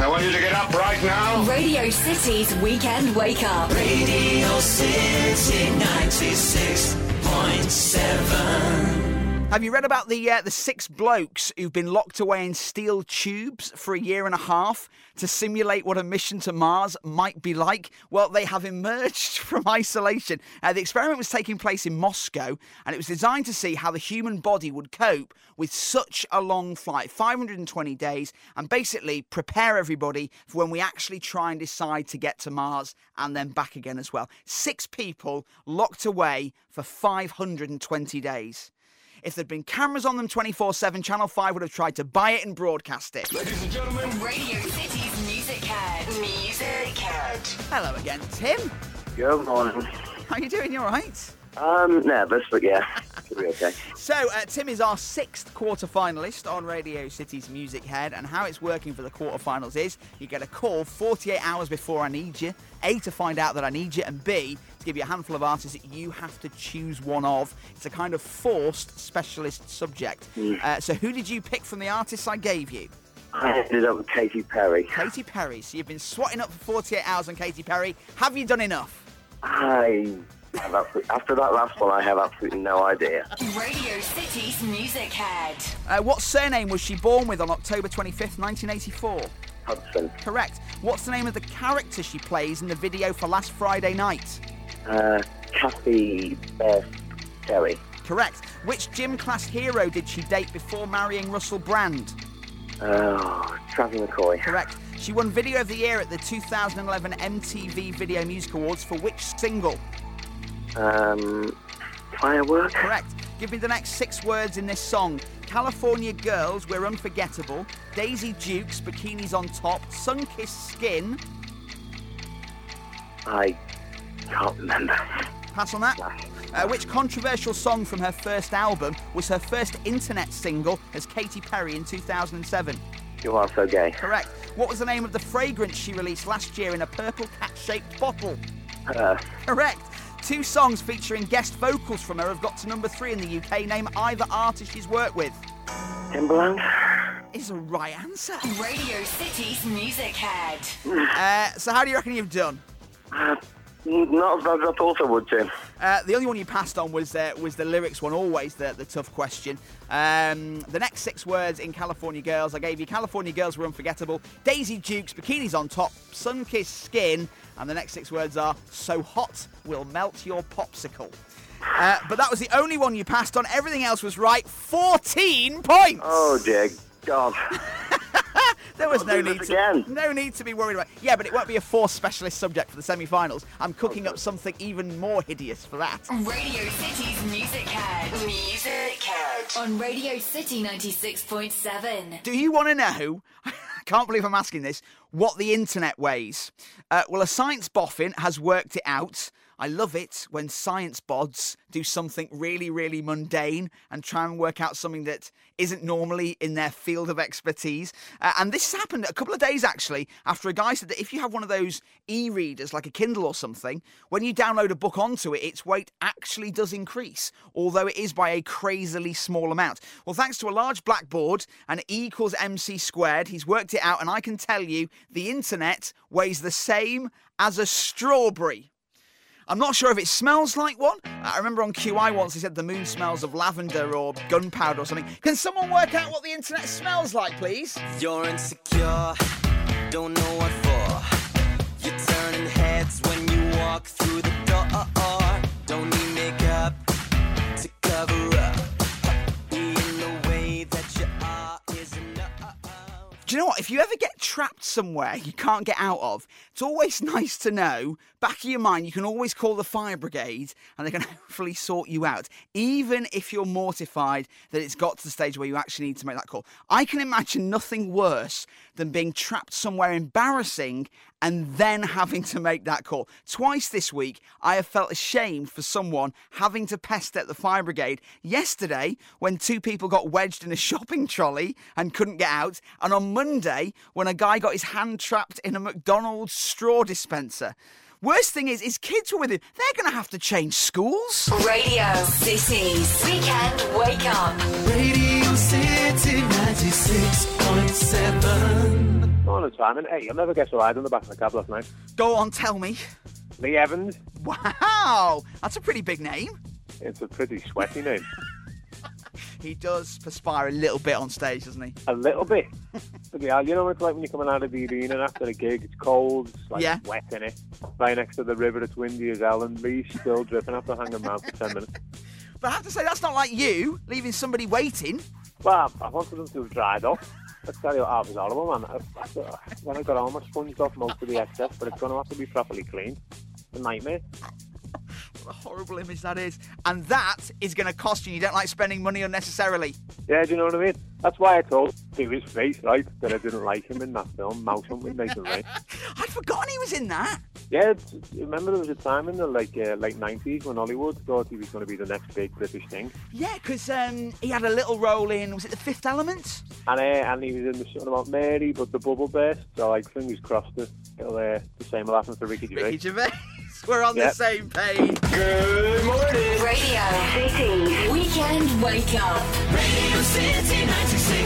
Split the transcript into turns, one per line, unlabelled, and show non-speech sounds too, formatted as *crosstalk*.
want you to get up right now.
Radio City's Weekend Wake Up.
Radio City 96.7.
Have you read about the uh, the six blokes who've been locked away in steel tubes for a year and a half to simulate what a mission to Mars might be like? Well, they have emerged *laughs* from isolation. Uh, the experiment was taking place in Moscow, and it was designed to see how the human body would cope with such a long flight, 520 days, and basically prepare everybody for when we actually try and decide to get to Mars and then back again as well. Six people locked away for 520 days. If there'd been cameras on them 24 7, Channel 5 would have tried to buy it and broadcast it.
Ladies and gentlemen,
Radio City's Music Head. Music Head.
Hello again, Tim.
Good morning.
How you doing? You all right?
Um, nervous, but yeah, it'll be *laughs* okay.
So, uh, Tim is our sixth quarter finalist on Radio City's Music Head, and how it's working for the quarterfinals is you get a call 48 hours before I need you, A, to find out that I need you, and B, to give you a handful of artists that you have to choose one of. It's a kind of forced specialist subject. Uh, so, who did you pick from the artists I gave you?
I ended up with Katy Perry.
Katy Perry. So, you've been swatting up for 48 hours on Katy Perry. Have you done enough?
I have absolutely, after that last one, I have absolutely no idea.
Radio City's Music Head.
Uh, what surname was she born with on October 25th, 1984?
Hudson.
Correct. What's the name of the character she plays in the video for Last Friday Night?
Uh, Kathy Beth Perry.
Correct. Which gym class hero did she date before marrying Russell Brand?
Oh, Travis McCoy.
Correct. She won Video of the Year at the 2011 MTV Video Music Awards for which single?
Um, firework.
Correct. Give me the next six words in this song. California Girls, We're Unforgettable. Daisy Dukes, Bikinis on Top. Sunkissed Skin.
I can't remember.
Pass on that. Uh, which controversial song from her first album was her first internet single as Katy Perry in 2007?
You are so gay.
Correct. What was the name of the fragrance she released last year in a purple cat shaped bottle?
Uh,
Correct. Two songs featuring guest vocals from her have got to number three in the UK. Name either artist she's worked with.
Timberland.
Is the right answer.
Radio City's Music Head.
Uh, so, how do you reckon you've done?
Mm, Not as bad as I thought I would, Tim.
Uh, the only one you passed on was uh, was the lyrics one, always the, the tough question. Um, the next six words in California Girls, I gave you California Girls were unforgettable. Daisy Dukes, bikinis on top, sun kissed skin, and the next six words are so hot will melt your popsicle. Uh, but that was the only one you passed on. Everything else was right. 14 points.
Oh, dear God.
There was
I'll
no
do this
need
again.
to no need to be worried about. Yeah, but it won't be a force specialist subject for the semi-finals. I'm cooking up something even more hideous for that.
Radio City's Music Head. Music Head. On Radio City 96.7.
Do you want to know? *laughs* I can't believe I'm asking this. What the internet weighs? Uh, well, a science boffin has worked it out. I love it when science bods do something really, really mundane and try and work out something that isn't normally in their field of expertise. Uh, and this happened a couple of days actually after a guy said that if you have one of those e readers like a Kindle or something, when you download a book onto it, its weight actually does increase, although it is by a crazily small amount. Well, thanks to a large blackboard and E equals MC squared, he's worked it out, and I can tell you the internet weighs the same as a strawberry. I'm not sure if it smells like one. I remember on QI once they said the moon smells of lavender or gunpowder or something. Can someone work out what the internet smells like, please?
You're insecure, don't know what for. You're turning heads when you walk through the door. Don't need makeup to cover up. Being the way that you are is enough.
Do you know what? If you ever get trapped somewhere you can't get out of, it's always *laughs* nice to know, back of your mind, you can always call the fire brigade and they can *laughs* hopefully sort you out, even if you're mortified that it's got to the stage where you actually need to make that call. I can imagine nothing worse than being trapped somewhere embarrassing and then having to make that call. Twice this week, I have felt ashamed for someone having to pester at the fire brigade. Yesterday, when two people got wedged in a *laughs* shopping trolley and couldn't get out, and on Monday, when a guy got his hand trapped in a McDonald's straw dispenser. Worst thing is, his kids were with him. They're going to have to change schools.
Radio City's Weekend Wake Up.
Radio City 96.7.
Morning, Simon. Hey, you'll never guess who I had on the back of the cab last night.
Go on, tell me. *laughs*
Lee Evans.
Wow, that's a pretty big name.
It's a pretty sweaty name.
He does perspire a little bit on stage, doesn't he?
A little bit. But yeah, you know what it's like when you're coming out of the arena after a gig? It's cold, it's like
Yeah.
wet in it. Right next to the river, it's windy as hell, and Lee's still dripping after hanging around for 10 minutes.
But I have to say, that's not like you leaving somebody waiting.
Well, I wanted them to have dried up. I tell you what, I was horrible, man. I- I- When I got home, I sponged off most of the excess, but it's going to have to be properly cleaned. It's a nightmare.
What a horrible image that is. And that is going to cost you. You don't like spending money unnecessarily.
Yeah, do you know what I mean? That's why I told you his face, right, that I didn't like him in that film, Mouse Hunt with Nathan Ray.
I'd forgotten he was in that.
Yeah, it's, remember there was a time in the like uh, late 90s when Hollywood thought he was going to be the next big British thing.
Yeah, because um, he had a little role in, was it The Fifth Element?
And, uh, and he was in the song about Mary, but the bubble burst, so like fingers crossed that it'll, uh, the same will happen for Ricky Gervais.
Ricky Gervais. *laughs* We're on the
Yep.
same page.
Good morning.
Radio City Weekend Wake Up.
Radio City 96.